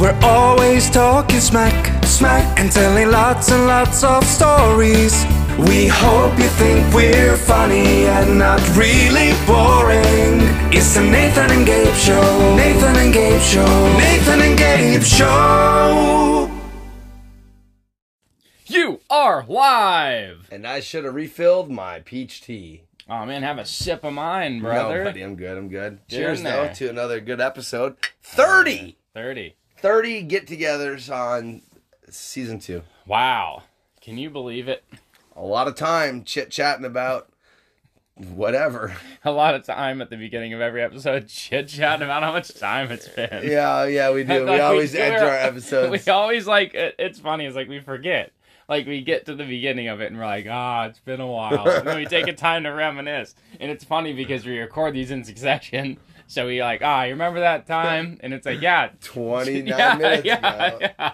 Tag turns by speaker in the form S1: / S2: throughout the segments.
S1: We're always talking smack, smack, and telling lots and lots of stories. We hope you think we're funny and not really boring. It's the Nathan and Gabe Show. Nathan and Gabe Show. Nathan and Gabe Show.
S2: You are live.
S3: And I should have refilled my peach tea.
S2: Oh man, have a sip of mine,
S3: No,
S2: brother.
S3: buddy, I'm good. I'm good.
S2: Get
S3: Cheers,
S2: in
S3: though,
S2: there.
S3: to another good episode. 30!
S2: Thirty.
S3: 30 get togethers on season two.
S2: Wow. Can you believe it?
S3: A lot of time chit chatting about whatever.
S2: A lot of time at the beginning of every episode, chit chatting about how much time it's been.
S3: Yeah, yeah, we do.
S2: Like,
S3: we always
S2: do
S3: enter
S2: our-
S3: our episodes.
S2: We always like it, it's funny. It's like we forget. Like we get to the beginning of it and we're like, ah, it's been a while. And then we take a time to reminisce. And it's funny because we record these in succession. So we like, ah, you remember that time? And it's like, yeah,
S3: 29
S2: yeah,
S3: minutes.
S2: yeah,
S3: now.
S2: yeah,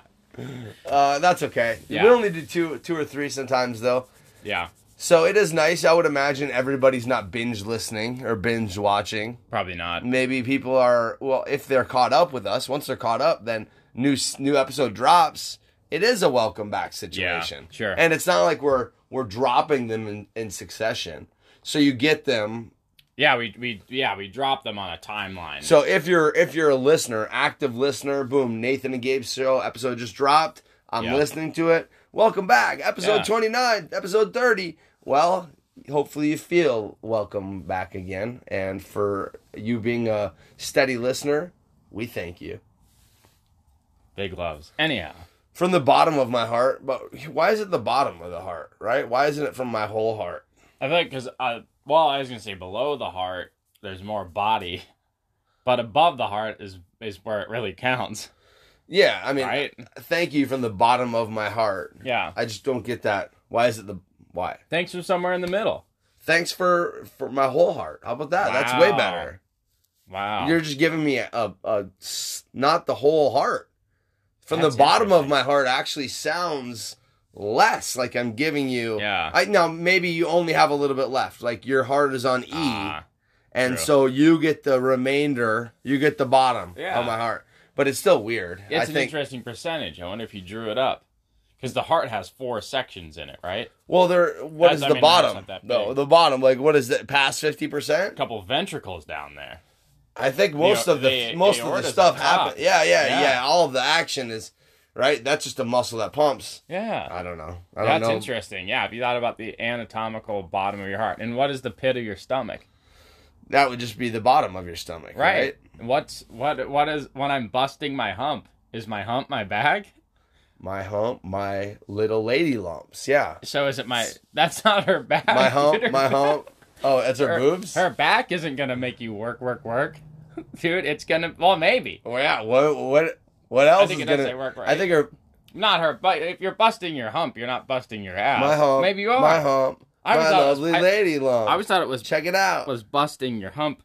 S3: Uh, that's okay.
S2: Yeah.
S3: We only do two, two or three sometimes, though.
S2: yeah.
S3: So it is nice. I would imagine everybody's not binge listening or binge watching.
S2: Probably not.
S3: maybe people are well if they're caught up with us once they're caught up then new new episode drops it is a welcome back situation
S2: Yeah, sure.
S3: and it's not like we're we're dropping them in, in succession so you get them
S2: Yeah, we we yeah we dropped them on a timeline.
S3: so if you're if you're a listener active listener boom nathan and gabe's show episode just dropped i'm
S2: Yeah.
S3: listening to it welcome back episode
S2: Yeah.
S3: 29 episode 30 well hopefully you feel welcome back again and for you being a steady listener we thank you
S2: Big loves. Anyhow,
S3: from the bottom of my heart. But why is it the bottom of the heart, right? Why isn't it from my whole heart?
S2: I think because uh, well, I was gonna say below the heart, there's more body, but above the heart is is where it really counts,
S3: Yeah, I mean, uh,
S2: right?
S3: thank you from the bottom of my heart.
S2: Yeah.
S3: I just don't get that. Why is it the why?
S2: Thanks for somewhere in the middle.
S3: Thanks for for my whole heart. How about that? That's way
S2: Wow.
S3: better.
S2: Wow.
S3: You're E. just giving me a, a, s- not the whole heart. From
S2: That's
S3: the bottom of
S2: interesting.
S3: my heart actually sounds less like I'm giving you.
S2: Yeah.
S3: I now maybe you only have a little bit left. Like your heart is on E.
S2: Ah,
S3: And
S2: True.
S3: so you get the remainder, you get the bottom
S2: Yeah.
S3: of my heart. But it's still weird.
S2: it's
S3: I
S2: an
S3: think
S2: interesting percentage. I wonder if you drew it up, because the heart has four sections in it, right?
S3: well there what
S2: That's-
S3: is
S2: I
S3: the
S2: mean, that's
S3: bottom?
S2: not that
S3: No,
S2: big.
S3: the bottom, like what is that past fifty
S2: A
S3: percent?
S2: couple ventricles down there.
S3: I think most
S2: The-
S3: of the,
S2: the
S3: most of
S2: aorta's
S3: the
S2: at
S3: stuff
S2: the top.
S3: happens. Yeah, yeah, yeah,
S2: Yeah.
S3: All of the action is right, that's just a muscle that pumps.
S2: Yeah.
S3: I don't know. I don't
S2: That's
S3: know.
S2: interesting. Yeah. If you thought about the anatomical bottom of your heart, and what is the pit of your stomach?
S3: That would just be the bottom of your stomach, right?
S2: Right. What's what what is when I'm busting my hump? Is my hump my bag?
S3: My hump, my little lady lumps. Yeah.
S2: So is it my that's not her back.
S3: My hump,
S2: dude. Her-
S3: my hump. Oh, that's her,
S2: her,
S3: boobs?
S2: Her back isn't gonna make you work, work, work. Dude, it's gonna well maybe.
S3: Well, yeah. What what what else
S2: think
S3: is
S2: it does
S3: gonna
S2: say work,
S3: I
S2: right?
S3: think her
S2: Not her but if you're busting your hump, you're not busting your ass.
S3: my hump.
S2: Maybe you are.
S3: My hump.
S2: I always
S3: my
S2: thought it was-
S3: lovely
S2: I-
S3: lady lump.
S2: I always thought it was
S3: Check it out.
S2: was busting your hump.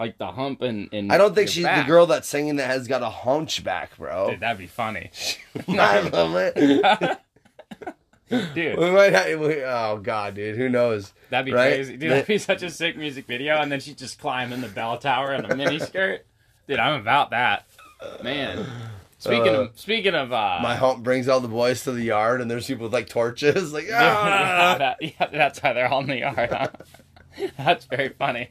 S2: Like the hump and, and
S3: I don't think
S2: your
S3: she's
S2: back.
S3: the girl that's singing that has got a hunchback, bro.
S2: Dude, that'd be funny.
S3: my lovely.
S2: Dude,
S3: we might have, we, oh god, dude, who knows?
S2: that'd be
S3: Right?
S2: crazy. Dude, that'd be such a sick music video and then she'd just climb in the bell tower in a mini skirt. Dude, I'm about that. Man. Speaking of speaking of uh
S3: My hump brings all the boys to the yard, and there's people with like torches, like
S2: yeah,
S3: ah.
S2: that- yeah, that's why they're all in the yard. Huh? that's very funny.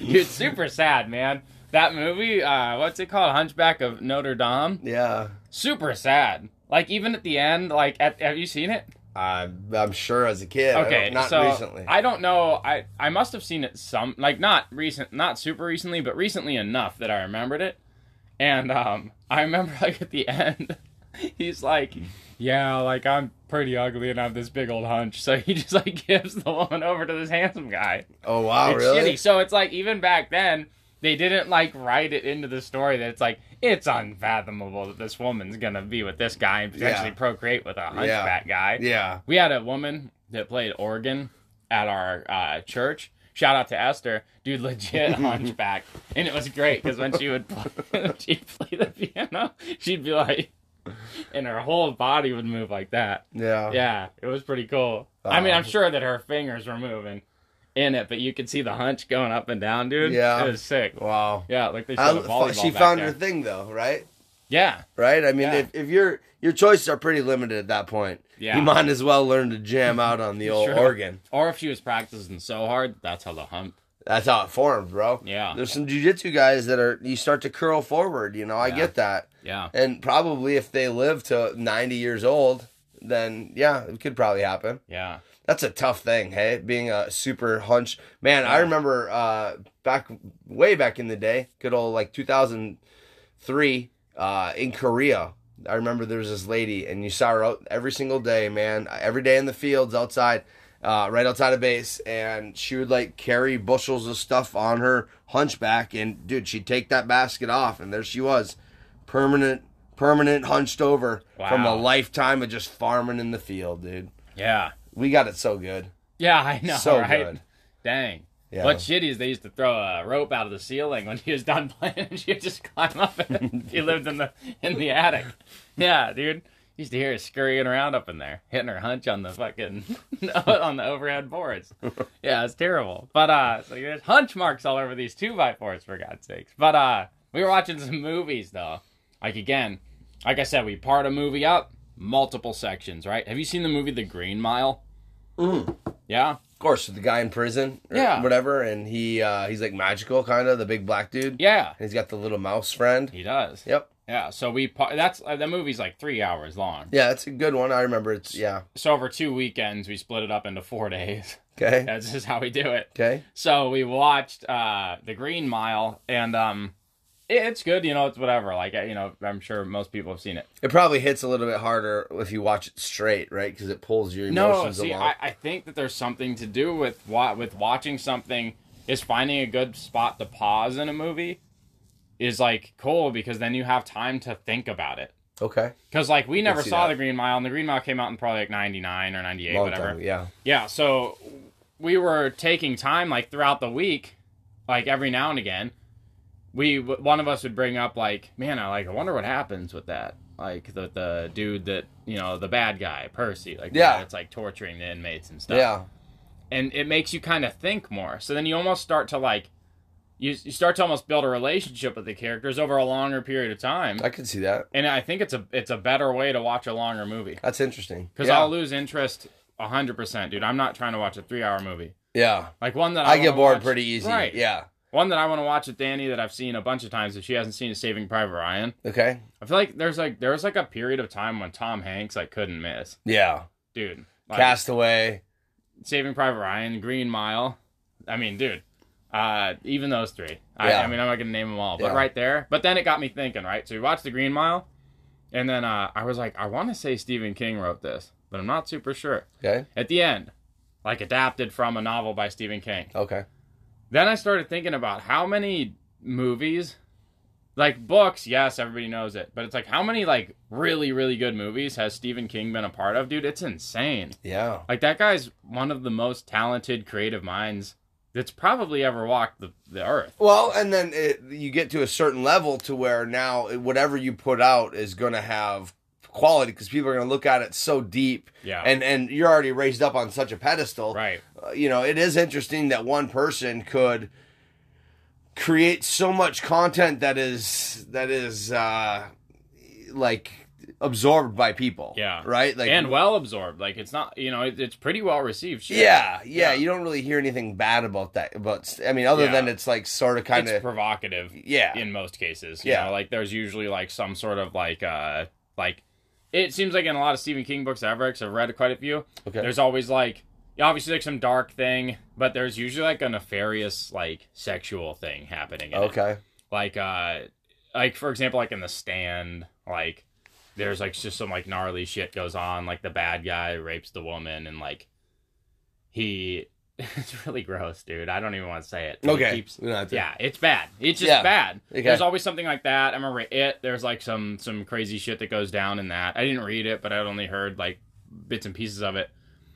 S2: Dude, super sad, man. That movie, uh, what's it called? Hunchback of Notre Dame.
S3: yeah.
S2: Super sad. Like even at the end, like at, have you seen it?
S3: I'm, I'm sure as a kid. I
S2: Okay,
S3: don't- not
S2: so
S3: recently.
S2: I don't know. I I must have seen it some like not recent, not super recently, but recently enough that I remembered it. And um, I remember like at the end, he's like, "Yeah, like I'm pretty ugly and I have this big old hunch." So he just like gives the woman over to this handsome guy.
S3: oh wow,
S2: It's
S3: really?
S2: shitty. So it's like even back then. They didn't like write it into the story that it's like it's unfathomable that this woman's gonna be with this guy and potentially
S3: Yeah.
S2: procreate with a hunchback guy.
S3: Yeah.
S2: We had a woman that played organ at our uh, church. Shout out to Esther, dude, legit hunchback, and it was great because when she would play, she'd play the piano, she'd be like, and her whole body would move like that.
S3: Yeah.
S2: Yeah, it was pretty cool. I
S3: Uh,
S2: mean, I'm sure that her fingers were moving in it, but you could see the hunch going up and down, dude.
S3: Yeah.
S2: it was sick.
S3: Wow.
S2: Yeah, like they
S3: I-
S2: showed a volleyball.
S3: she
S2: back
S3: found
S2: there.
S3: her thing though, right?
S2: Yeah.
S3: right? I mean,
S2: Yeah.
S3: if, if your your choices are pretty limited at that point,
S2: Yeah.
S3: you might as well learn to jam out on the old
S2: Sure.
S3: organ.
S2: Or if she was practicing so hard, that's how the hump.
S3: That's how it formed, bro.
S2: Yeah.
S3: There's some jujitsu guys that are you start to curl forward. You know, I
S2: Yeah.
S3: get that,
S2: Yeah.
S3: and probably if they live to 90 years old, then yeah, it could probably happen.
S2: Yeah.
S3: That's a tough thing, hey, being a super hunch. Man, I remember uh, back way back in the day, good old like 2003 uh, in Korea. I remember there was this lady, and you saw her out every single day, man, every day in the fields outside, uh, right outside of base, and she would like carry bushels of stuff on her hunchback, and dude, she'd take that basket off, and there she was, permanent, permanent hunched over from
S2: Wow.
S3: a lifetime of just farming in the field, dude.
S2: Yeah.
S3: We got it so good.
S2: Yeah, I know.
S3: So
S2: right?
S3: good.
S2: Dang.
S3: Yeah.
S2: What's shitty is they used to throw a rope out of the ceiling when she was done playing and she would just climb up it. she lived in the in the attic. Yeah, dude. Used to hear her scurrying around up in there, hitting her hunch on the fucking on the overhead boards. Yeah, it's terrible. But uh so there's hunch marks all over these two by fours for God's sakes. But uh we were watching some movies though. Like again, like I said, we part a movie up, multiple sections, right? Have you seen the movie The Green Mile? Yeah.
S3: Of course, the guy in prison, or
S2: Yeah.
S3: whatever, and he uh, he's like magical, kind of the big black dude.
S2: Yeah.
S3: and he's got the little mouse friend.
S2: He does.
S3: Yep,
S2: Yeah. So we par- that's uh, that movie's like three hours long.
S3: yeah, that's a good one. I remember it's yeah.
S2: So over two weekends, we split it up into four days.
S3: Okay,
S2: That's just how we do it.
S3: okay,
S2: So we watched uh, the Green Mile, and um, it- it's good. You know, it's whatever. Like uh, you know, I'm sure most people have seen it.
S3: it probably hits a little bit harder if you watch it straight, right? Because it pulls your
S2: No,
S3: emotions
S2: see,
S3: along.
S2: I, I think that there's something to do with wa- with watching something is finding a good spot to pause in a movie is like cool because then you have time to think about it.
S3: okay,
S2: Because like we never
S3: see
S2: saw
S3: that.
S2: the Green Mile, and the Green Mile came out in probably like '99 or '98,
S3: long
S2: whatever.
S3: time, yeah,
S2: Yeah, so we were taking time like throughout the week, like every now and again. We w- one of us would bring up like, man, I like I wonder what happens with that, like the the dude that you know the bad guy Percy, like
S3: Yeah.
S2: it's like torturing the inmates and stuff.
S3: yeah.
S2: and it makes you kind of think more. So then you almost start to like, you you start to almost build a relationship with the characters over a longer period of time.
S3: I could see that.
S2: and I think it's a it's a better way to watch a longer movie
S3: That's interesting.
S2: because
S3: yeah.
S2: I'll lose interest hundred percent, dude. I'm not trying to watch a three hour movie.
S3: yeah,
S2: Like one that I,
S3: I, get
S2: wanna
S3: bored
S2: watch-
S3: pretty easy.
S2: Right.
S3: Yeah.
S2: One that I want to watch with Danny that I've seen a bunch of times that she hasn't seen is Saving Private Ryan.
S3: Okay.
S2: I feel like there's like there was like a period of time when Tom Hanks like couldn't miss,
S3: Yeah.
S2: dude. Like,
S3: Castaway.
S2: Saving Private Ryan, Green Mile. I mean, dude. Uh, even those three. I,
S3: Yeah.
S2: I mean, I'm not gonna name them all, but
S3: Yeah.
S2: right there. But then it got me thinking, right? So we watched the Green Mile, and then uh, I was like, I want to say Stephen King wrote this, but I'm not super sure.
S3: Okay.
S2: At the end, like adapted from a novel by Stephen King.
S3: Okay.
S2: then I started thinking about how many movies, like books, yes, everybody knows it, but it's like how many like really really good movies has Stephen King been a part of, dude? It's insane.
S3: Yeah.
S2: Like that guy's one of the most talented creative minds that's probably ever walked the, the earth.
S3: Well, and then it, you get to a certain level to where now it- whatever you put out is going to have quality because people are going to look at it so deep.
S2: Yeah.
S3: And and you're already raised up on such a pedestal.
S2: Right.
S3: Uh, you know, it is interesting that one person could create so much content that is that is uh like absorbed by people.
S2: Yeah.
S3: Right? Like
S2: and well absorbed. Like it's not, you know, it, it's pretty well received. Shit.
S3: yeah,
S2: Yeah.
S3: yeah, you don't really hear anything bad about that. But I mean, other
S2: Yeah.
S3: than it's like sort of kind
S2: it's
S3: of
S2: provocative.
S3: yeah,
S2: in most cases. You
S3: Yeah.
S2: know, like there's usually like some sort of like uh like it seems like in a lot of Stephen King books I've read, i I've read quite a few.
S3: Okay.
S2: There's always like obviously like some dark thing, but there's usually like a nefarious like sexual thing happening. in it.
S3: okay,
S2: Like uh like for example like in the stand like there's like just some like gnarly shit goes on like the bad guy rapes the woman and like he it's really gross, dude. I don't even want to say it. He
S3: okay.
S2: keeps-
S3: We don't have to-
S2: yeah, it's bad. It's just
S3: Yeah.
S2: bad.
S3: Okay.
S2: There's always something like that. I remember it. There's like some some crazy shit that goes down in that. I didn't read it, but I'd only heard like bits and pieces of it.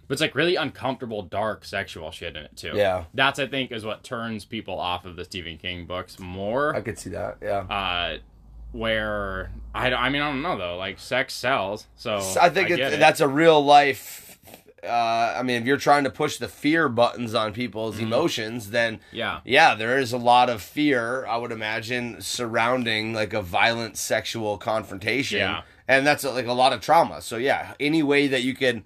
S2: But it's like really uncomfortable, dark sexual shit in it too.
S3: Yeah.
S2: that's I think is what turns people off of the Stephen King books
S3: I
S2: more.
S3: could see that. Yeah.
S2: Uh, where I, don't- I mean I don't know though. Like sex sells, so
S3: I think
S2: get
S3: it's,
S2: it.
S3: that's a real life uh, I mean, if you're trying to push the fear buttons on people's
S2: Mm-hmm.
S3: emotions, then
S2: Yeah.
S3: yeah, there is a lot of fear. I would imagine surrounding like a violent sexual confrontation,
S2: Yeah.
S3: and that's like a lot of trauma. So yeah, any way that you can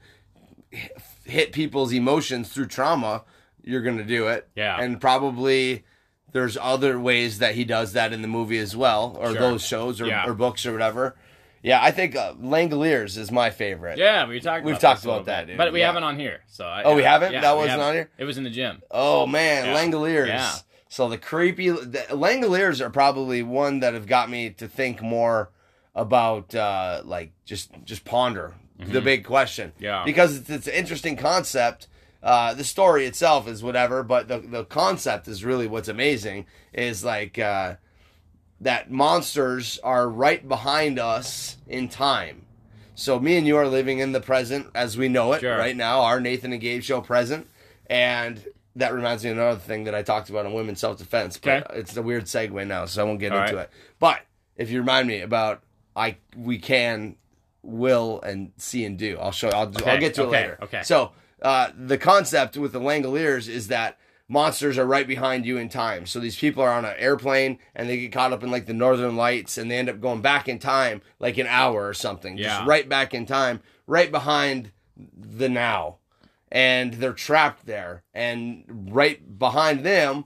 S3: h- hit people's emotions through trauma, you're gonna do it.
S2: Yeah.
S3: and probably there's other ways that he does that in the movie as well, or
S2: Sure.
S3: those shows or,
S2: Yeah.
S3: or books or whatever. Yeah, I think uh, Langoliers is my favorite.
S2: Yeah, we talked.
S3: We've
S2: about
S3: talked
S2: this a little
S3: about that,
S2: bit.
S3: dude.
S2: but we
S3: Yeah.
S2: haven't on here. So I,
S3: Oh, we haven't? That
S2: we
S3: wasn't on here?
S2: It was in the gym.
S3: Oh man,
S2: Yeah.
S3: Langoliers.
S2: Yeah.
S3: So the creepy the, Langoliers are probably one that have got me to think more about uh like just just ponder the big question.
S2: Mm-hmm. Yeah.
S3: Because it's, it's an interesting concept. Uh, the story itself is whatever, but the the concept is really what's amazing. Is like uh, that monsters are right behind us in time. So me and you are living in the present as we know it
S2: Sure.
S3: right now, our Nathan and Gabe show present. And that reminds me of another thing that I talked about on women's self defense. But
S2: Okay.
S3: it's a weird segue now, so I won't get
S2: All
S3: into
S2: right.
S3: it. But if you remind me about I we can will and see and do. I'll show I'll do I'll
S2: Okay,
S3: get to
S2: okay,
S3: it later.
S2: okay.
S3: So uh, the concept with the Langoliers is that monsters are right behind you in time. So these people are on an airplane and they get caught up in like the northern lights and they end up going back in time like an hour or something.
S2: Yeah.
S3: Just right back in time, right behind the now. And they're trapped there. And right behind them,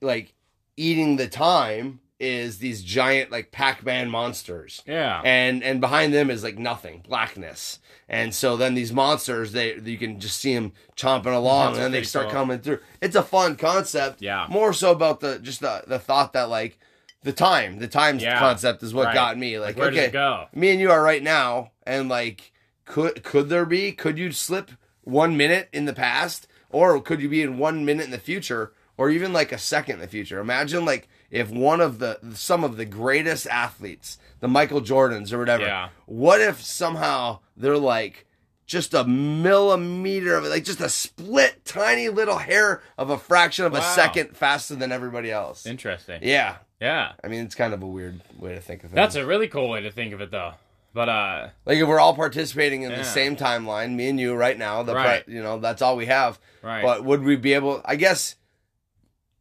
S3: like eating the time is these giant like Pac-Man monsters
S2: Yeah.
S3: and and behind them is like nothing blackness and so then these monsters they you can just see them chomping along
S2: That's
S3: and then they
S2: pretty
S3: start
S2: cool.
S3: coming through it's a fun concept
S2: Yeah.
S3: more so about the just the, the thought that like the time the time
S2: Yeah.
S3: concept is what
S2: Right.
S3: got me like,
S2: Like, where
S3: okay
S2: does it go?
S3: me and you are right now and like could could there be could you slip one minute in the past or could you be in one minute in the future or even like a second in the future imagine like if one of the some of the greatest athletes the michael jordans or whatever
S2: Yeah.
S3: what if somehow they're like just a millimeter of it like just a split tiny little hair of a fraction of a
S2: Wow.
S3: second faster than everybody else
S2: Interesting.
S3: yeah
S2: Yeah.
S3: i mean it's kind of a weird way to think of it
S2: That's a really cool way to think of it, though. But uh,
S3: Like if we're all participating in
S2: Yeah.
S3: the same timeline, me and you right now, the
S2: Right.
S3: pre- you know that's all we have.
S2: Right.
S3: But would we be able? I guess.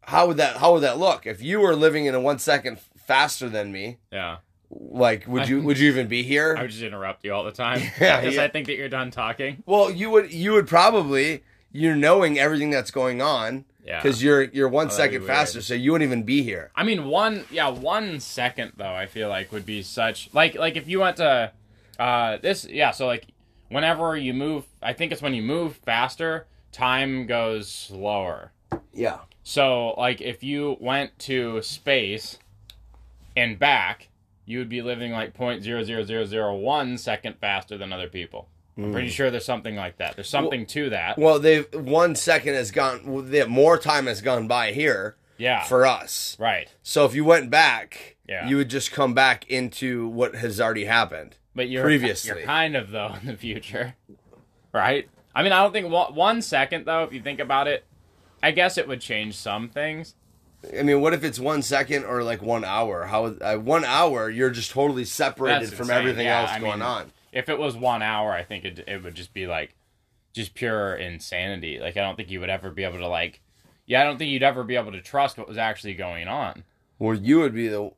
S3: How would that? How would that look if you were living in a one second faster than me?
S2: yeah,
S3: Like, would you? would you even be here?
S2: I would just interrupt you all the time
S3: Yeah,
S2: because
S3: yeah.
S2: I think that you're done talking.
S3: well, you would. You would probably. You're knowing everything that's going on.
S2: Yeah.
S3: Because you're you're one
S2: that'd be
S3: second faster,
S2: weird.
S3: so you wouldn't even be here.
S2: I mean, one yeah, one second though. I feel like would be such like like if you went to uh this yeah. So like whenever you move, I think it's when you move faster, time goes slower.
S3: Yeah.
S2: So, like, if you went to space and back, you would be living like 0.00001 second faster than other people. I'm pretty sure there's something like that. There's something to that.
S3: Hmm. Well, they've one second has gone. they- More time has gone by here
S2: yeah.
S3: for us.
S2: right.
S3: So if you went back,
S2: Yeah.
S3: you would just come back into what has already happened.
S2: But you're
S3: Previously.
S2: you're kind of though in the future, right? I mean, I don't think one, one second though. If you think about it, I guess it would change some things.
S3: I mean, what if it's one second or like one hour? How uh, one hour you're just totally separated
S2: That's
S3: from
S2: insane.
S3: everything
S2: Yeah,
S3: else
S2: I
S3: going
S2: mean,
S3: on.
S2: If it was one hour, I think it it would just be like just pure insanity. Like I don't think you would ever be able to like yeah, I don't think you'd ever be able to trust what was actually going on.
S3: Well, you would be the,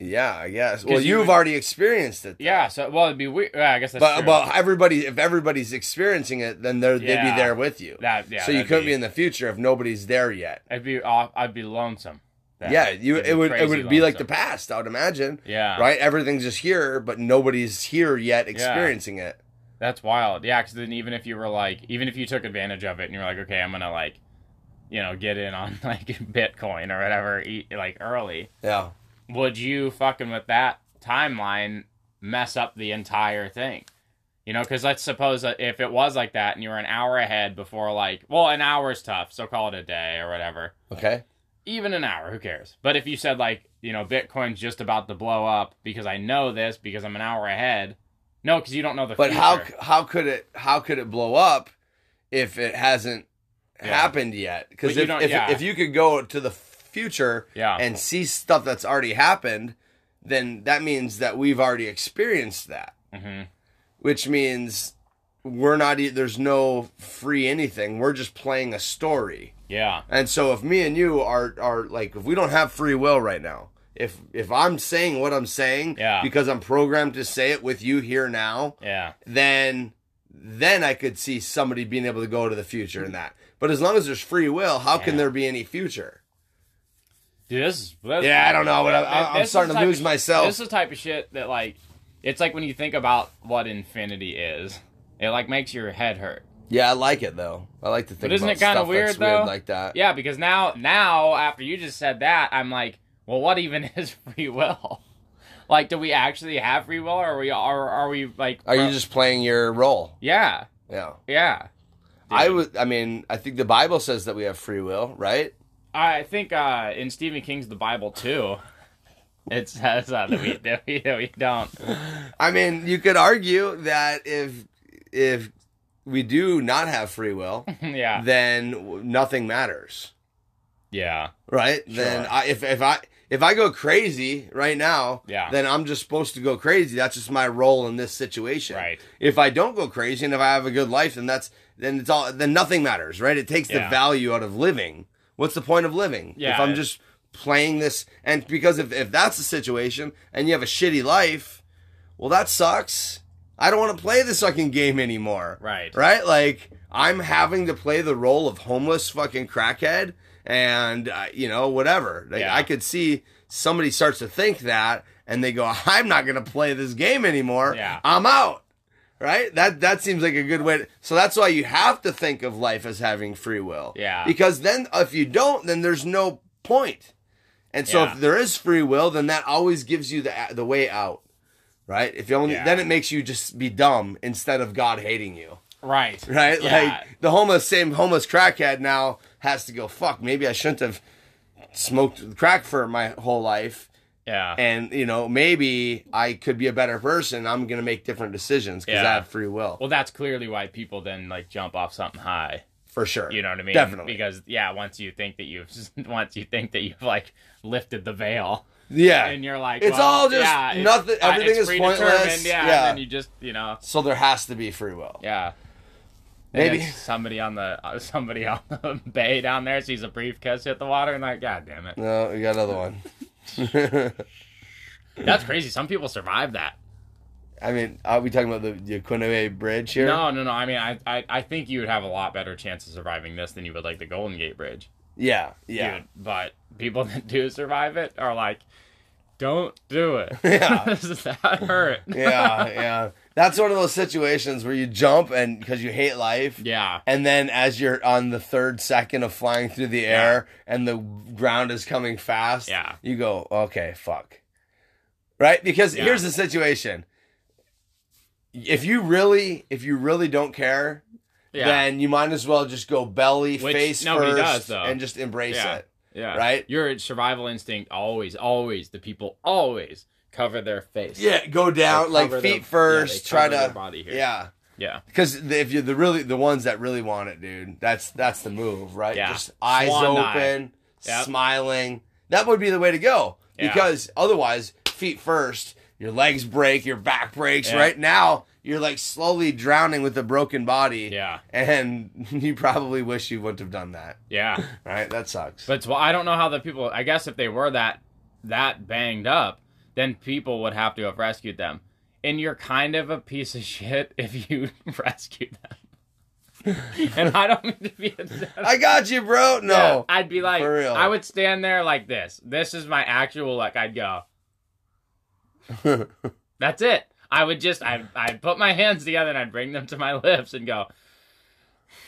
S3: yeah, I guess. Well,
S2: 'Cause you
S3: you've
S2: would-
S3: already experienced it,
S2: Yeah, so well it'd be weird. Yeah, I guess that's
S3: but
S2: true.
S3: but everybody, if everybody's experiencing it, then they're, they'd
S2: Yeah.
S3: be there with you.
S2: That- yeah,
S3: so you
S2: that'd
S3: couldn't
S2: be-
S3: be in the future if nobody's there yet.
S2: I'd be off I'd be lonesome. That-
S3: Yeah, you
S2: I'd be
S3: it would
S2: crazy
S3: it would be like the
S2: lonesome.
S3: past, I would imagine.
S2: Yeah.
S3: Right? Everything's just here, but nobody's here yet experiencing it.
S2: That's wild. Yeah, because then even if you were like, even if you took advantage of it and you're like, okay, I'm gonna like, you know, get in on like Bitcoin or whatever, e- like early,
S3: Yeah.
S2: would you fucking with that timeline mess up the entire thing? You know, because let's suppose that if it was like that and you were an hour ahead before like, well, an hour's tough, so call it a day or whatever.
S3: Okay.
S2: Even an hour, who cares? But if you said like, you know, Bitcoin's just about to blow up because I know this because I'm an hour ahead. No, because you don't know the
S3: But
S2: future.
S3: how how could it how could it blow up if it hasn't happened yet?
S2: But
S3: Because
S2: you
S3: if
S2: don't-
S3: if,
S2: yeah.
S3: if you could go to the future
S2: Yeah.
S3: and see stuff that's already happened,
S2: Mm-hmm.
S3: then that means that we've already experienced that,
S2: Mhm.
S3: which means we're not e- there's no free anything. We're just playing a story.
S2: Yeah.
S3: And so if me and you are are like if we don't have free will right now, if if I'm saying what I'm saying
S2: Yeah.
S3: because I'm programmed to say it with you here now,
S2: Yeah.
S3: then then I could see somebody being able to go to the future in that. But as long as there's free will, how can
S2: Yeah.
S3: there be any future?
S2: Dude, this is. this-
S3: Yeah, I don't know, but I- I-
S2: this
S3: I'm
S2: is
S3: starting
S2: the
S3: to
S2: type
S3: lose
S2: of sh-
S3: myself.
S2: This is the type of shit that, like, it's like when you think about what infinity is, it, like, makes your head hurt.
S3: Yeah, I like it though. I like to think.
S2: But isn't
S3: about
S2: it kind
S3: stuff
S2: of weird,
S3: that's
S2: though?
S3: like that.
S2: Yeah, because now, now after you just said that, I'm like, well, what even is free will? Like, do we actually have free will, or are we are are we like?
S3: Are you just playing your role?
S2: Yeah,
S3: Yeah.
S2: yeah.
S3: I was. I mean, I think the Bible says that we have free will, right?
S2: I think uh, in Stephen King's The Bible too, it says uh, that we that we, that we don't.
S3: I mean, you could argue that if if we do not have free will,
S2: yeah,
S3: then w- nothing matters,
S2: yeah,
S3: right? Then
S2: Sure.
S3: I, if if I if I go crazy right now,
S2: Yeah.
S3: then I'm just supposed to go crazy. That's just my role in this situation.
S2: Right.
S3: If I don't go crazy and if I have a good life, then that's then it's all then nothing matters, right? It takes the
S2: Yeah.
S3: value out of living. What's the point of living? If
S2: Yeah.
S3: I'm just playing this and because if, if that's the situation and you have a shitty life, well that sucks. I don't want to play this fucking game anymore.
S2: Right.
S3: Right? Like I'm having to play the role of homeless fucking crackhead and uh, you know whatever. Like
S2: Yeah.
S3: I could see somebody starts to think that and they go I'm not going to play this game anymore.
S2: Yeah.
S3: I'm out. Right? That that seems like a good way. To, so that's why you have to think of life as having free will.
S2: Yeah.
S3: Because then if you don't then there's no point. And so
S2: Yeah.
S3: if there is free will then that always gives you the the way out. Right? If you only
S2: Yeah.
S3: then it makes you just be dumb instead of God hating you
S2: right,
S3: right?
S2: Yeah.
S3: Like the homeless, same homeless crackhead now has to go. Fuck, maybe I shouldn't have smoked crack for my whole life,
S2: yeah,
S3: and you know, maybe I could be a better person. I'm gonna make different decisions because I
S2: Yeah.
S3: have free will
S2: well, that's clearly why people then like jump off something high.
S3: for sure.
S2: You know what I mean?
S3: Definitely.
S2: Because yeah, once you think that you've once you think that you've like lifted the veil,
S3: yeah,
S2: and you're like,
S3: It's
S2: well,
S3: all just
S2: yeah, it's-
S3: nothing-
S2: uh,
S3: everything
S2: it's
S3: is pointless.
S2: predetermined, Yeah,
S3: Yeah.
S2: and then you just you know,
S3: so there has to be free will.
S2: yeah. And
S3: Maybe
S2: then somebody on the uh, somebody on the bay down there sees a briefcase hit the water and like, god damn it,
S3: no, we got another one. Mm-hmm.
S2: that's crazy. Some people survive that.
S3: I mean, are we talking about the, the Oconoee Bridge here?
S2: No, no, no. I mean, I, I, I think you would have a lot better chance of surviving this than you would like the Golden Gate Bridge.
S3: Yeah, yeah.
S2: Dude, but people that do survive it are like, don't do it.
S3: Yeah.
S2: that hurt.
S3: yeah, yeah. That's one of those situations where you jump and because you hate life.
S2: Yeah.
S3: And then as you're on the third second of flying through the air and the ground is coming fast,
S2: Yeah.
S3: you go, okay, fuck. Right? Because
S2: Yeah.
S3: here's the situation. If you really if you really don't care,
S2: Yeah.
S3: then you might as well just go belly
S2: Which
S3: face
S2: nobody
S3: first
S2: does, though.
S3: and just embrace
S2: Yeah.
S3: it.
S2: yeah.
S3: right?
S2: Your survival instinct always, always, the people always cover their face.
S3: Yeah, go
S2: They
S3: down like
S2: cover
S3: feet
S2: their-
S3: first,
S2: yeah, they
S3: try
S2: cover their
S3: to
S2: body here.
S3: Yeah.
S2: Yeah.
S3: Because if you the really the ones that really want it, dude, that's that's the move, right?
S2: Yeah.
S3: Just eyes
S2: Swan dive.
S3: open,
S2: Yep.
S3: smiling. That would be the way to go.
S2: Yeah.
S3: Because otherwise, feet first, your legs break, your back breaks.
S2: Yeah.
S3: Right now, you're like slowly drowning with a broken body.
S2: Yeah.
S3: And you probably wish you wouldn't have done that.
S2: Yeah.
S3: Right? That sucks.
S2: But it's- well, I don't know how the people. I guess if they were that that banged up, then people would have to have rescued them. And you're kind of a piece of shit if you rescued them. and I don't mean to be a
S3: I got you, bro. No.
S2: I'd be like,
S3: for real.
S2: I would stand there like this. This is my actual like. I'd go. That's it. I would just I I'd put my hands together and I'd bring them to my lips and go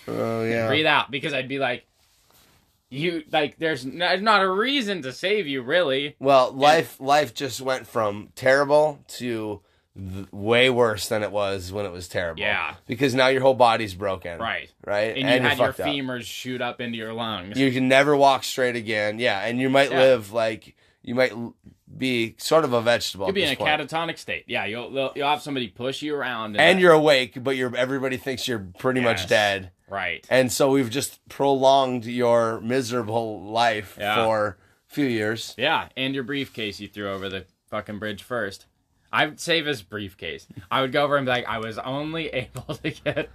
S3: Oh yeah.
S2: breathe out because I'd be like, you like there's n- there's not a reason to save you really.
S3: Well, life life just went from terrible to th- way worse than it was when it was terrible.
S2: Yeah.
S3: Because now your whole body's broken.
S2: Right.
S3: Right.
S2: and,
S3: you're
S2: you had your
S3: fucked up.
S2: femurs shoot up into your lungs.
S3: You can never walk straight again. Yeah, and you might
S2: Yeah.
S3: live like you might l- be sort of a vegetable.
S2: You'll be
S3: at
S2: in
S3: this
S2: a
S3: point.
S2: catatonic state. Yeah, you'll they'll- you'll have somebody push you around,
S3: and you're awake, but you're everybody thinks you're pretty much
S2: Yes.
S3: dead.
S2: right.
S3: And so we've just prolonged your miserable life
S2: Yeah.
S3: for a few years.
S2: Yeah, and your briefcase you threw over the fucking bridge first. I would save his briefcase. I would go over and be like, I was only able to get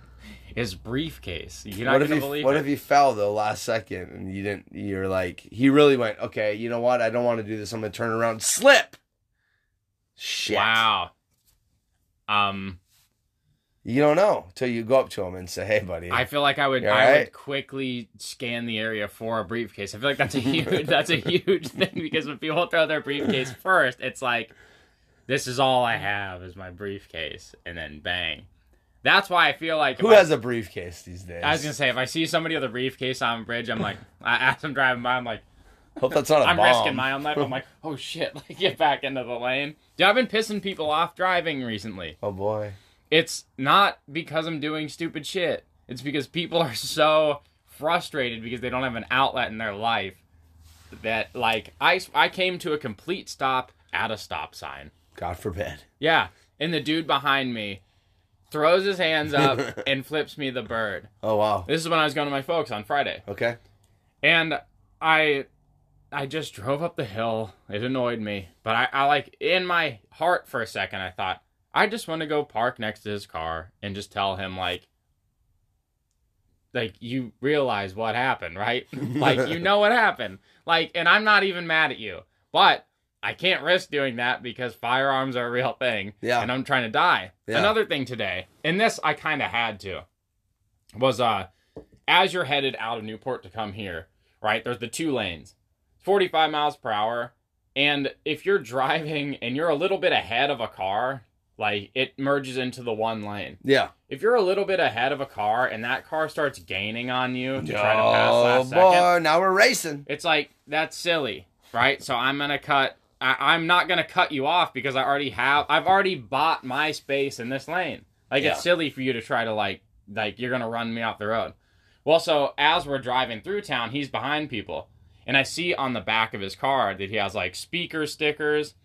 S2: his briefcase. You're not
S3: what if
S2: gonna
S3: he
S2: believe
S3: what
S2: it.
S3: if he fell though last second and you didn't you're like he really went okay you know what I don't want to do this I'm gonna turn around slip shit
S2: Wow. Um,
S3: you don't know till you go up to him and say hey buddy
S2: I feel like I would
S3: You
S2: I would
S3: alright?
S2: quickly scan the area for a briefcase. I feel like that's a huge that's a huge thing because when people throw their briefcase first, it's like this is all I have is my briefcase, and then bang. That's why I feel like
S3: who
S2: if I-
S3: has a briefcase these days
S2: I was gonna say if I see somebody with a briefcase on a bridge, I'm like I as I'm driving by, I'm like
S3: hope that's not a
S2: I'm
S3: bomb
S2: risking my own life. I'm like oh shit, like get back into the lane. Dude, I've been pissing people off driving recently
S3: oh boy
S2: it's not because I'm doing stupid shit. It's because people are so frustrated because they don't have an outlet in their life that like I I came to a complete stop at a stop sign.
S3: God forbid
S2: Yeah, and the dude behind me throws his hands up and flips me the bird.
S3: oh wow
S2: This is when I was going to my folks on Friday.
S3: okay
S2: And I I just drove up the hill. It annoyed me. But I, I like in my heart for a second I thought, I just want to go park next to his car and just tell him like like you realize what happened, right? like you know what happened. Like and I'm not even mad at you. But I can't risk doing that because firearms are a real thing.
S3: Yeah.
S2: And I'm trying to die.
S3: Yeah.
S2: Another thing today, and this I kinda had to, was uh as you're headed out of Newport to come here, right? There's the two lanes, 45 miles per hour. And if you're driving and you're a little bit ahead of a car, like it merges into the one lane.
S3: yeah
S2: If you're a little bit ahead of a car and that car starts gaining on you to try to pass last second,
S3: Oh, boy now we're racing
S2: it's like that's silly, right? So I'm gonna cut. I, I'm not gonna cut you off because I already have. I've already bought my space in this lane. Like
S3: Yeah.
S2: it's silly for you to try to like like you're gonna run me off the road. Well, so as we're driving through town, he's behind people, and I see on the back of his car that he has like speaker stickers,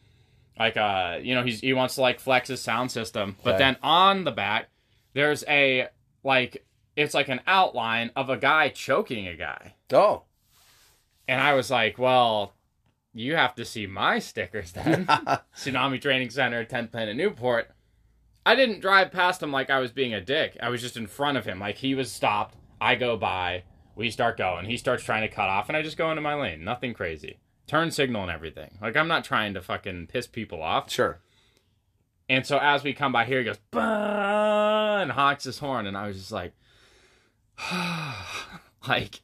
S2: like uh you know he's he wants to like flex his sound system, but
S3: Okay.
S2: then on the back there's a like it's like an outline of a guy choking a guy.
S3: oh
S2: And I was like, well, you have to see my stickers then. Tsunami Training Center, 10 Planet Newport. I didn't drive past him like I was being a dick. I was just in front of him. Like he was stopped. I go by. We start going. He starts trying to cut off, and I just go into my lane. Nothing crazy. Turn signal and everything. Like I'm not trying to fucking piss people off.
S3: sure
S2: And so as we come by here, he goes "Bah," and honks his horn, and I was just like, like,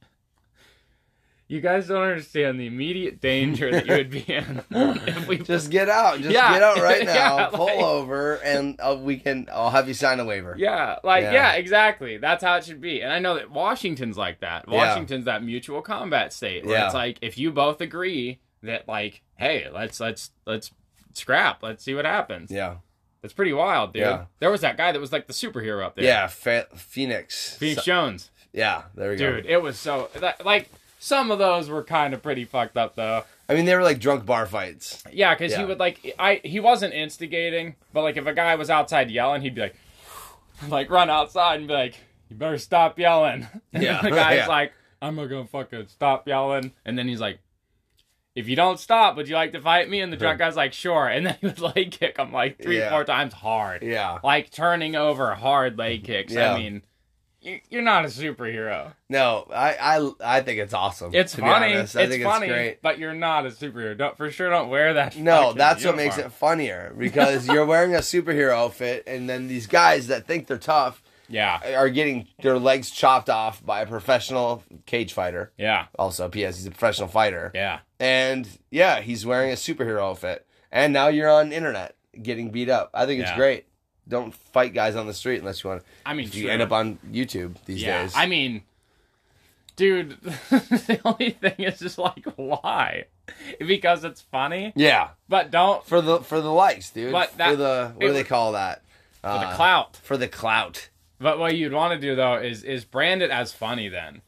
S2: you guys don't understand the immediate danger that you would be in if we
S3: just get out just
S2: Yeah.
S3: get out right
S2: Yeah,
S3: now pull
S2: like-
S3: over and uh, we can I'll have you sign a waiver
S2: Yeah, like yeah.
S3: Yeah.
S2: exactly. That's how it should be. And I know that Washington's like that.
S3: Yeah.
S2: Washington's that mutual combat state where
S3: Yeah.
S2: it's like if you both agree that like, hey, let's let's let's scrap, let's see what happens.
S3: yeah.
S2: It's pretty wild, dude.
S3: Yeah.
S2: There was that guy that was like the superhero up there.
S3: Yeah, Fe- Phoenix.
S2: Phoenix
S3: So-
S2: Jones.
S3: yeah, there we
S2: Dude,
S3: go.
S2: it was so that, like some of those were kind of pretty fucked up though.
S3: I mean, they were like drunk bar fights.
S2: Yeah, because he
S3: Yeah.
S2: would like I he wasn't instigating, but like if a guy was outside yelling, he'd be like, like run outside and be like, you better stop yelling. And
S3: Yeah,
S2: the guy's
S3: yeah.
S2: like, I'm not gonna fucking stop yelling. And then he's like, if you don't stop, would you like to fight me? And the drunk guy's like, sure. And then he would leg kick him like three,
S3: Yeah.
S2: four times hard,
S3: Yeah.
S2: like turning over hard leg kicks.
S3: Yeah.
S2: I mean, you- you're not a superhero.
S3: No, I I, I think it's awesome.
S2: It's
S3: to be
S2: funny.
S3: honest. I
S2: it's
S3: think
S2: funny,
S3: it's great.
S2: but you're not a superhero. Don't, for sure, don't wear that.
S3: No,
S2: fucking
S3: that's what makes
S2: uniform.
S3: it funnier because you're wearing a superhero outfit, and then these guys that think they're tough
S2: Yeah,
S3: are getting their legs chopped off by a professional cage fighter.
S2: yeah,
S3: Also, P.S. He's a professional fighter,
S2: yeah.
S3: and yeah, he's wearing a superhero outfit, and now you're on internet getting beat up. I think it's
S2: Yeah.
S3: great. Don't fight guys on the street unless you want. to.
S2: I mean,
S3: you
S2: true.
S3: end up on YouTube these
S2: yeah.
S3: days.
S2: I mean, dude, the only thing is just like why? Because it's funny,
S3: yeah,
S2: but don't for
S3: for the for the likes, dude.
S2: But that-
S3: for the what
S2: it
S3: do they
S2: was-
S3: call that? Uh,
S2: the clout.
S3: For the clout.
S2: But what you'd want to do though is is brand it as funny. Then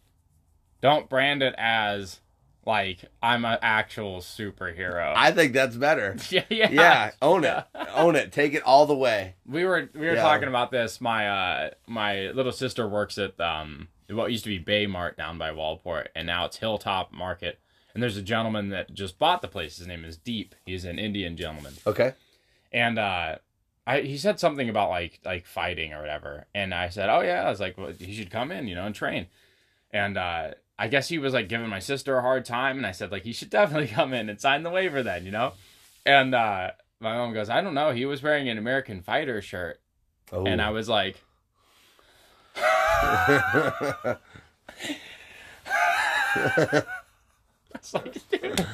S2: don't brand it as like I'm an actual superhero.
S3: I think that's better.
S2: yeah, yeah,
S3: Yeah, own it, own it, take it all the way.
S2: We were we were
S3: Yeah.
S2: talking about this. My uh my little sister works at um what used to be Bay Mart down by Walport, and now it's Hilltop Market. And there's a gentleman that just bought the place. His name is Deep. He's an Indian gentleman,
S3: Okay.
S2: and uh, I he said something about like like fighting or whatever, and I said, oh yeah, I was like, well, he should come in, you know, and train, and uh, I guess he was like giving my sister a hard time, and I said like he should definitely come in and sign the waiver then, you know, and uh, my mom goes, I don't know, he was wearing an American Fighter shirt,
S3: Oh.
S2: and I was like, it's like, dude,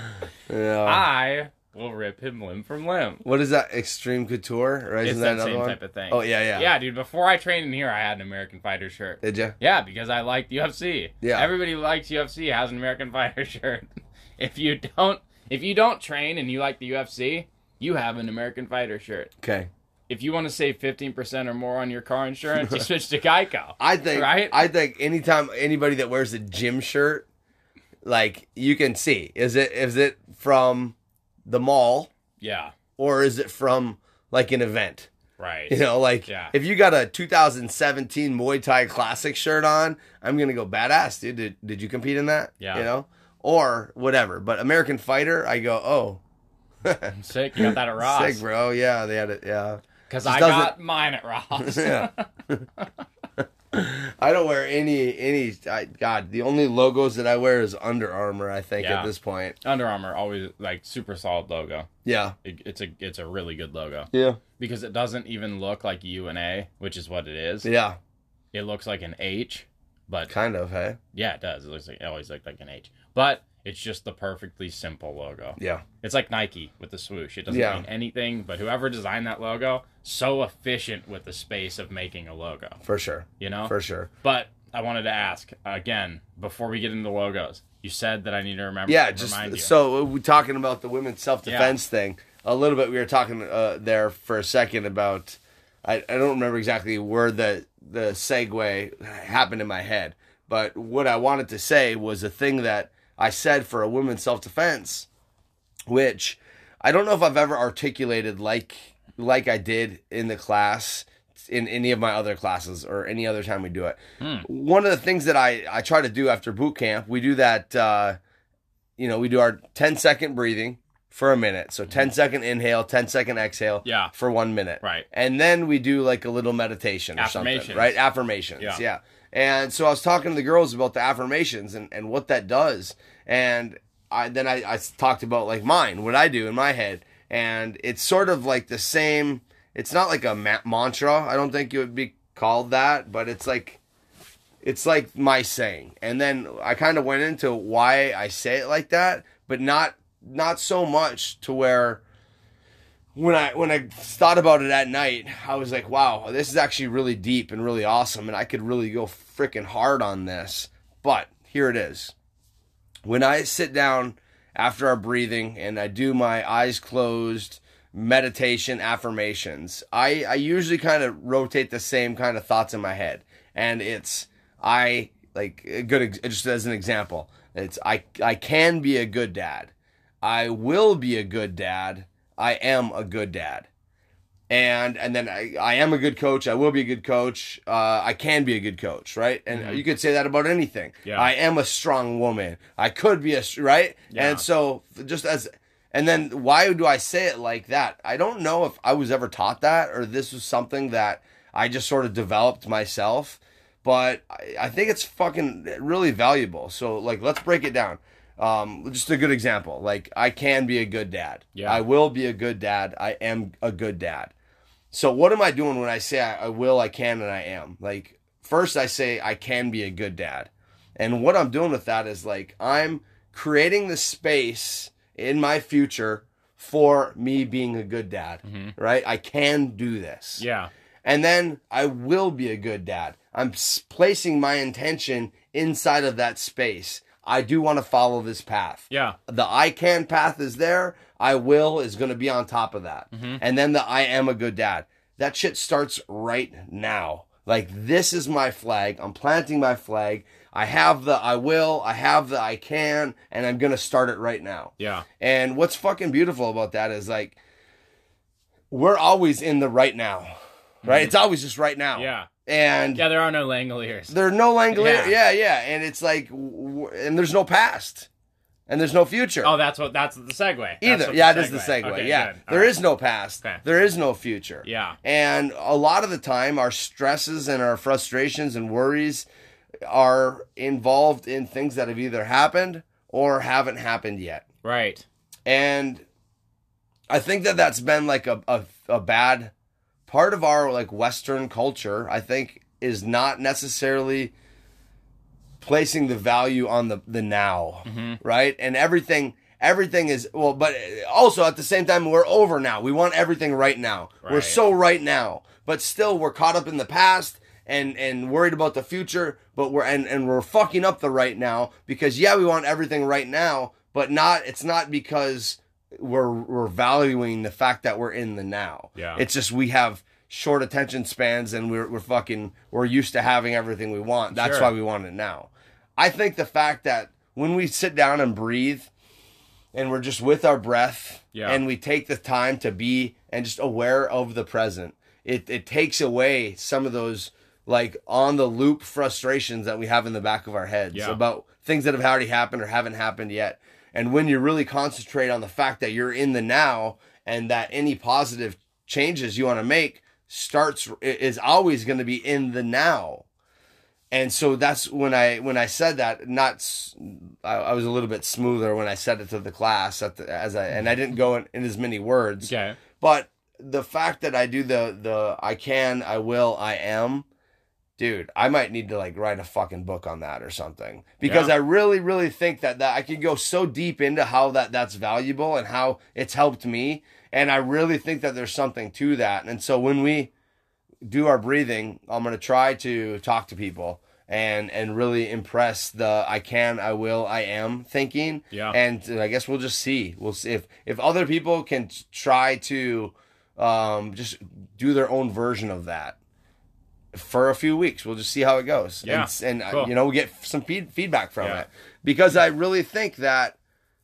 S3: yeah.
S2: I will rip him limb from limb.
S3: What is that? Extreme Couture, or isn't
S2: It's
S3: that
S2: that
S3: another
S2: same
S3: one?
S2: type of thing.
S3: Oh yeah, yeah.
S2: Yeah, dude. Before I trained in here, I had an American Fighter shirt.
S3: Did you?
S2: Yeah, because I liked UFC.
S3: Yeah.
S2: Everybody who likes UFC has an American Fighter shirt. If you don't, if you don't train and you like the UFC, you have an American Fighter shirt.
S3: Okay.
S2: If you want to save fifteen percent or more on your car insurance, you switch to Geico.
S3: I think.
S2: Right?
S3: I think anytime anybody that wears a gym shirt, like you can see, is it is it from the mall
S2: yeah.
S3: or is it from like an event?
S2: Right.
S3: You know, like
S2: Yeah.
S3: if you got a 2017 Muay Thai Classic shirt on, I'm gonna go badass, dude. Did, did you compete in that?
S2: Yeah.
S3: You know, or whatever. But American Fighter, I go, oh,
S2: Sick. You got that at Ross.
S3: sick, bro. Oh, Yeah, they had it. Yeah.
S2: Because
S3: Just
S2: I
S3: doesn't-
S2: got mine at Ross.
S3: Yeah. I don't wear any any. I, God, the only logos that I wear is Under Armour. I think
S2: Yeah.
S3: at this point.
S2: Under Armour always like super solid logo.
S3: Yeah.
S2: It, it's a it's a really good logo
S3: Yeah.
S2: because it doesn't even look like U and A, which is what it is.
S3: Yeah.
S2: It looks like an H, but
S3: Kind of. Hey.
S2: yeah, it does. It looks like it always looked like an H, but it's just the perfectly simple logo.
S3: Yeah.
S2: It's like Nike with the swoosh. It doesn't
S3: Yeah.
S2: mean anything, but whoever designed that logo so efficient with the space of making a logo,
S3: For sure.
S2: you know.
S3: For sure.
S2: But I wanted to ask again before we get into the logos. You said that I need to remember.
S3: Yeah. Just
S2: remind you.
S3: so we're talking about the women's self defense thing a little bit. We were talking uh, there for a second about. I, I don't remember exactly where the the segue happened in my head, but what I wanted to say was a thing that I said for a women's self defense which I don't know if I've ever articulated like like I did in the class in any of my other classes or any other time we do it.
S2: Hmm.
S3: One of the things that I I try to do after boot camp, we do that uh you know, we do our 10 second breathing for a minute. So 10 second inhale, 10 second exhale
S2: Hmm. Yeah.
S3: for 1 minute.
S2: Right.
S3: And then we do like a little meditation or something,
S2: Affirmations.
S3: right? affirmations. Yeah.
S2: Yeah.
S3: And so I was talking to the girls about the affirmations and, and what that does. And I then I, I talked about like mine, what I do in my head. And it's sort of like the same. It's not like a ma- mantra. I don't think it would be called that, but it's like it's like my saying. And then I kind of went into why I say it like that, but not not so much to where when I when I thought about it at night, I was like, wow, this is actually really deep and really awesome, and I could really go freaking hard on this. But here it is. When I sit down after our breathing and I do my eyes closed meditation affirmations, I, I usually kind of rotate the same kind of thoughts in my head. And it's I like a good ex- just as an example, it's I I can be a good dad. I will be a good dad. I am a good dad. And and then I, I am a good coach. I will be a good coach. Uh, I can be a good coach, right? And you could say that about anything.
S2: Mm-hmm. Yeah.
S3: I am a strong woman. I could be a str- right.
S2: Yeah.
S3: And so just as and then why do I say it like that? I don't know if I was ever taught that or this was something that I just sort of developed myself. But I, I think it's fucking really valuable. So like let's break it down. Um, just a good example. Like I can be a good dad.
S2: Yeah.
S3: I will be a good dad. I am a good dad. So what am I doing when I say I, I will, I can, and I am? Like first I say I can be a good dad. And what I'm doing with that is like I'm creating the space in my future for me being a good dad. Right? I can do this.
S2: yeah,
S3: And then I will be a good dad. I'm s- placing my intention inside of that space. I do want to follow this path
S2: yeah,
S3: the I can path is there. I will is going to be on top of that.
S2: Mm-hmm.
S3: And then the I am a good dad. That shit starts right now. Like this is my flag. I'm planting my flag. I have the I will, I have the I can, and I'm going to start it right now.
S2: yeah.
S3: And what's fucking beautiful about that is like we're always in the right now. Right? It's always just right now.
S2: Mm-hmm. Yeah.
S3: And
S2: Yeah, there are no Langoliers.
S3: there are no Langolier. Yeah.
S2: Yeah.
S3: yeah, And it's like, w- w- and there's no past. and there's no future.
S2: Oh, that's what that's the segue. That's
S3: either.
S2: what
S3: yeah, it is the segue.
S2: Okay,
S3: yeah.
S2: good. All
S3: there is
S2: right.
S3: no past.
S2: Okay.
S3: There is no future.
S2: Yeah.
S3: And a lot of the time, our stresses and our frustrations and worries are involved in things that have either happened or haven't happened yet.
S2: right.
S3: And I think that that's been like a, a, a bad part of our like Western culture, I think, is not necessarily placing the value on the the now, right? And everything everything is well, but also at the same time we're over now. We want everything right now. We're
S2: Right.
S3: so right now, but still we're caught up in the past and and worried about the future, but we're and and we're fucking up the right now because yeah, we want everything right now, but not it's not because we're we're valuing the fact that we're in the now.
S2: Yeah.
S3: It's just we have short attention spans and we're we're fucking we're used to having everything we want. That's
S2: Sure.
S3: why we want it now. I think the fact that when we sit down and breathe and we're just with our breath
S2: Yeah.
S3: and we take the time to be and just aware of the present, it, it takes away some of those like on the loop frustrations that we have in the back of our heads
S2: Yeah.
S3: about things that have already happened or haven't happened yet. And when you really concentrate on the fact that you're in the now and that any positive changes you want to make starts is always going to be in the now and so that's when I when I said that not s- I, I was a little bit smoother when I said it to the class at the, as I and I didn't go in, in as many words
S2: Okay.
S3: but the fact that I do the the I can I will I am dude I might need to like write a fucking book on that or something because
S2: Yeah.
S3: I really really think that that I could go so deep into how that that's valuable and how it's helped me and I really think that there's something to that and so when we do our breathing, I'm gonna try to talk to people and and really impress the I can, I will, I am thinking.
S2: Yeah.
S3: And uh, I guess we'll just see. We'll see if if other people can t- try to um just do their own version of that for a few weeks. We'll just see how it goes.
S2: Yeah.
S3: And, s- and uh,
S2: Cool.
S3: you know, we'll get some feed, feedback from
S2: Yeah.
S3: it because I really think that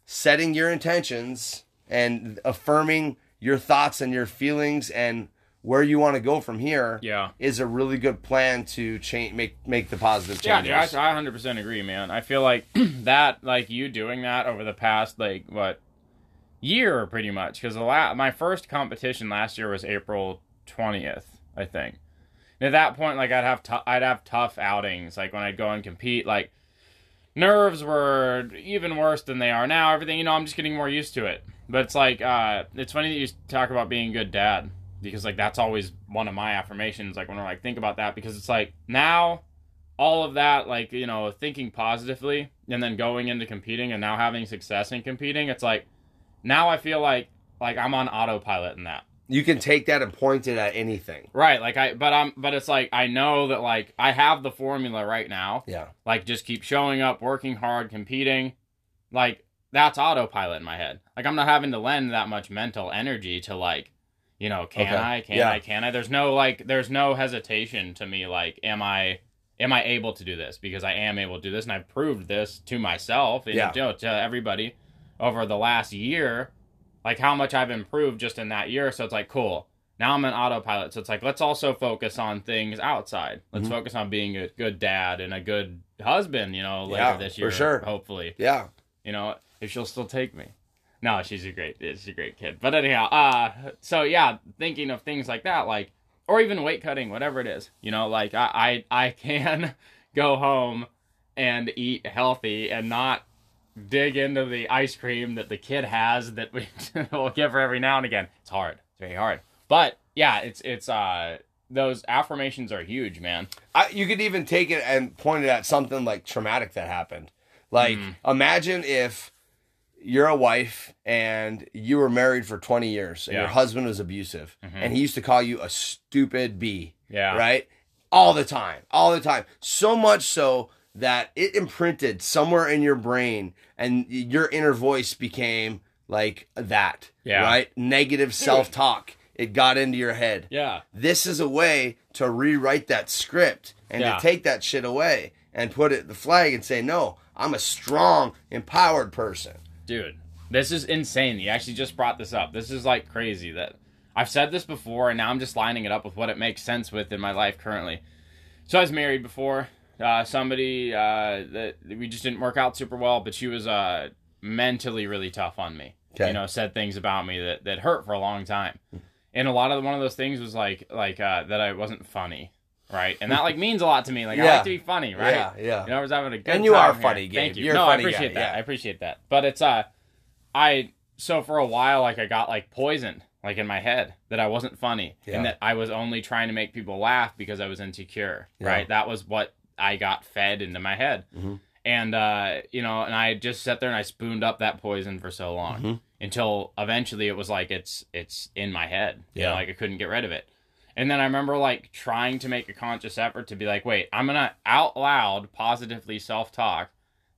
S3: setting your intentions and affirming your thoughts and your feelings and where you want to go from here
S2: Yeah.
S3: is a really good plan to change make make the positive
S2: Yeah,
S3: changes.
S2: dude, I, I 100% agree, man. I feel like that, like you doing that over the past, like, what, year pretty much. Because la- my first competition last year was April 20th, I think. And at that point, like, I'd have, tou- I'd have tough outings. Like, when I'd go and compete, like, nerves were even worse than they are now. Everything, you know, I'm just getting more used to it. But it's like, uh, it's funny that you talk about being a good dad because, like, that's always one of my affirmations. Like, when I like think about that, because it's like now all of that, like, you know, thinking positively and then going into competing and now having success in competing, it's like now I feel like like I'm on autopilot in that.
S3: you can take that and point it at anything.
S2: Right, like I but I'm but it's like I know that like I have the formula right now
S3: Yeah.
S2: like just keep showing up, working hard, competing. Like that's autopilot in my head. Like I'm not having to lend that much mental energy to like, you know, can
S3: Okay.
S2: I? Can
S3: Yeah.
S2: I? Can I? There's no like there's no hesitation to me like am I am I able to do this? Because I am able to do this and I've proved this to myself and
S3: Yeah.
S2: you know, to everybody over the last year like how much I've improved just in that year. So it's like, cool. Now I'm an autopilot. So it's like, let's also focus on things outside. Let's
S3: Mhm.
S2: focus on being a good dad and a good husband, you know, later
S3: Yeah,
S2: this
S3: for
S2: year.
S3: sure.
S2: Hopefully,
S3: Yeah.
S2: you know, if she'll still take me. No, she's a great, she's a great kid. But anyhow, uh, so yeah, thinking of things like that, like, or even weight cutting, whatever it is, you know, like I, I, I can go home and eat healthy and not dig into the ice cream that the kid has that we will give her every now and again. It's hard. It's very hard. But yeah, it's it's uh those affirmations are huge, man.
S3: I, you could even take it and point it at something like traumatic that happened. Like
S2: Mm.
S3: imagine if you're a wife and you were married for 20 years and your
S2: Yeah. Mm-hmm.
S3: husband was abusive and he used to call you a stupid bee.
S2: Yeah.
S3: Right? All the time. All the time. So much so that it imprinted somewhere in your brain and y- your inner voice became like that.
S2: Yeah.
S3: Right? Negative self-talk. It got into your head
S2: Yeah.
S3: this is a way to rewrite that script and
S2: Yeah.
S3: to take that shit away and put it the flag and say no i'm a strong empowered person
S2: Dude, this is insane. You actually just brought this up. This is like crazy that I've said this before, and now I'm just lining it up with what it makes sense with in my life currently. So I was married before. Uh, somebody uh, that we just didn't work out super well, but she was uh, mentally really tough on me.
S3: Okay.
S2: You know, said things about me that, that hurt for a long time. And a lot of the, one of those things was like like uh, that I wasn't funny, right? And that like means a lot to me. Like I
S3: Yeah.
S2: like to be funny, right?
S3: Yeah, yeah.
S2: You know, I was having a good
S3: And you
S2: time
S3: are funny,
S2: here.
S3: Gabe.
S2: Thank you.
S3: You're a
S2: no,
S3: funny
S2: I appreciate
S3: guy,
S2: that.
S3: yeah.
S2: I appreciate that. But it's uh, I so for a while like I got like poisoned like in my head that I wasn't funny
S3: Yeah.
S2: and that I was only trying to make people laugh because I was insecure.
S3: Yeah.
S2: Right, that was what I got fed into my head,
S3: Mhm.
S2: and uh, you know, and I just sat there and I spooned up that poison for so long
S3: Mhm.
S2: until eventually it was like it's it's in my head. You
S3: Yeah.
S2: know, like I couldn't get rid of it. And then I remember like trying to make a conscious effort to be like, wait, I'm gonna out loud positively self talk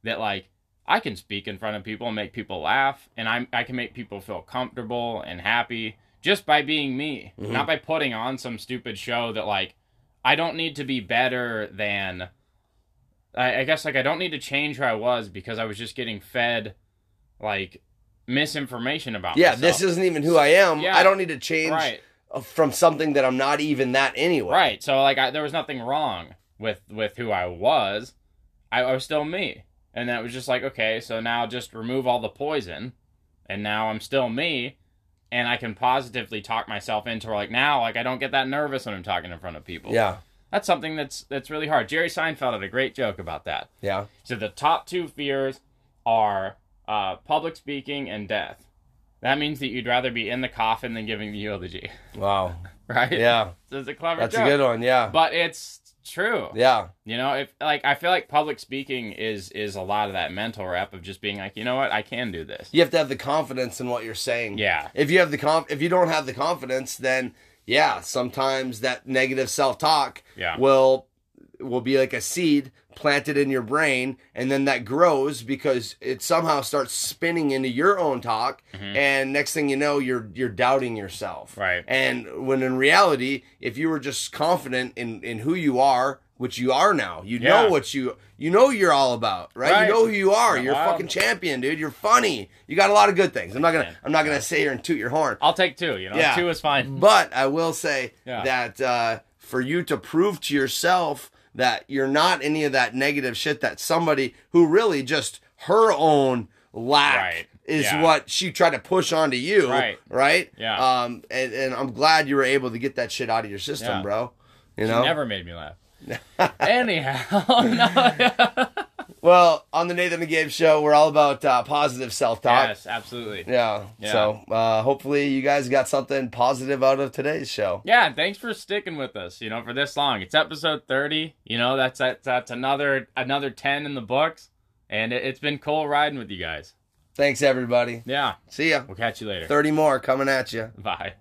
S2: that like I can speak in front of people and make people laugh, and I'm I can make people feel comfortable and happy just by being me,
S3: Mhm.
S2: not by putting on some stupid show that like I don't need to be better than. I, I guess like I don't need to change who I was because I was just getting fed like misinformation about
S3: Yeah,
S2: myself.
S3: this isn't even who I am.
S2: Yeah.
S3: I don't need to change
S2: right,
S3: uh, from something that I'm not even that anyway.
S2: right. So like I, there was nothing wrong with with who I was. I, I was still me, and that was just like okay. So now just remove all the poison, and now I'm still me, and I can positively talk myself into like now like I don't get that nervous when I'm talking in front of people.
S3: Yeah,
S2: that's something that's that's really hard. Jerry Seinfeld had a great joke about that.
S3: yeah,
S2: So the top two fears are uh, public speaking and death. That means that you'd rather be in the coffin than giving the eulogy,
S3: wow,
S2: right?
S3: yeah.
S2: So it's a clever
S3: That's
S2: joke.
S3: a good one. Yeah,
S2: But it's true.
S3: yeah,
S2: You know, if like I feel like public speaking is is a lot of that mental rep of just being like, you know what, I can do this.
S3: you have to have the confidence in what you're saying.
S2: Yeah.
S3: If you have the conf, if you don't have the confidence, then yeah, sometimes that negative self talk
S2: Yeah.
S3: will will be like a seed planted in your brain, and then that grows because it somehow starts spinning into your own talk, and next thing you know, you're you're doubting yourself.
S2: Mm-hmm. Right.
S3: And when in reality, if you were just confident in in who you are. Which you are now. You
S2: Yeah.
S3: know what you you know you're all about, right?
S2: Right.
S3: You know who you are.
S2: Yeah,
S3: You're a
S2: wow.
S3: fucking champion, dude. You're funny. You got a lot of good things. I'm not gonna
S2: Man.
S3: I'm not gonna sit here and toot your horn.
S2: I'll take two, you know.
S3: Yeah.
S2: Two is fine.
S3: But I will say
S2: Yeah.
S3: that uh, for you to prove to yourself that you're not any of that negative shit that somebody who really just her own lack
S2: Right.
S3: is
S2: Yeah.
S3: what she tried to push onto you.
S2: Right.
S3: Right?
S2: Yeah.
S3: Um and, and I'm glad you were able to get that shit out of your system,
S2: Yeah.
S3: bro. You
S2: She
S3: know?
S2: never made me laugh. Anyhow,
S3: Uh,
S2: no,
S3: Well, on the Nathan and Gabe show, we're all about uh, positive self talk.
S2: yes, absolutely.
S3: Yeah.
S2: Yeah.
S3: So uh, hopefully you guys got something positive out of today's show.
S2: Yeah, and thanks for sticking with us, you know, for this long. It's episode 30. You know, that's that's, that's another another 10 in the books, and it, it's been cool riding with you guys.
S3: Thanks everybody.
S2: Yeah,
S3: See ya.
S2: we'll catch you later.
S3: Thirty more coming at you.
S2: Bye.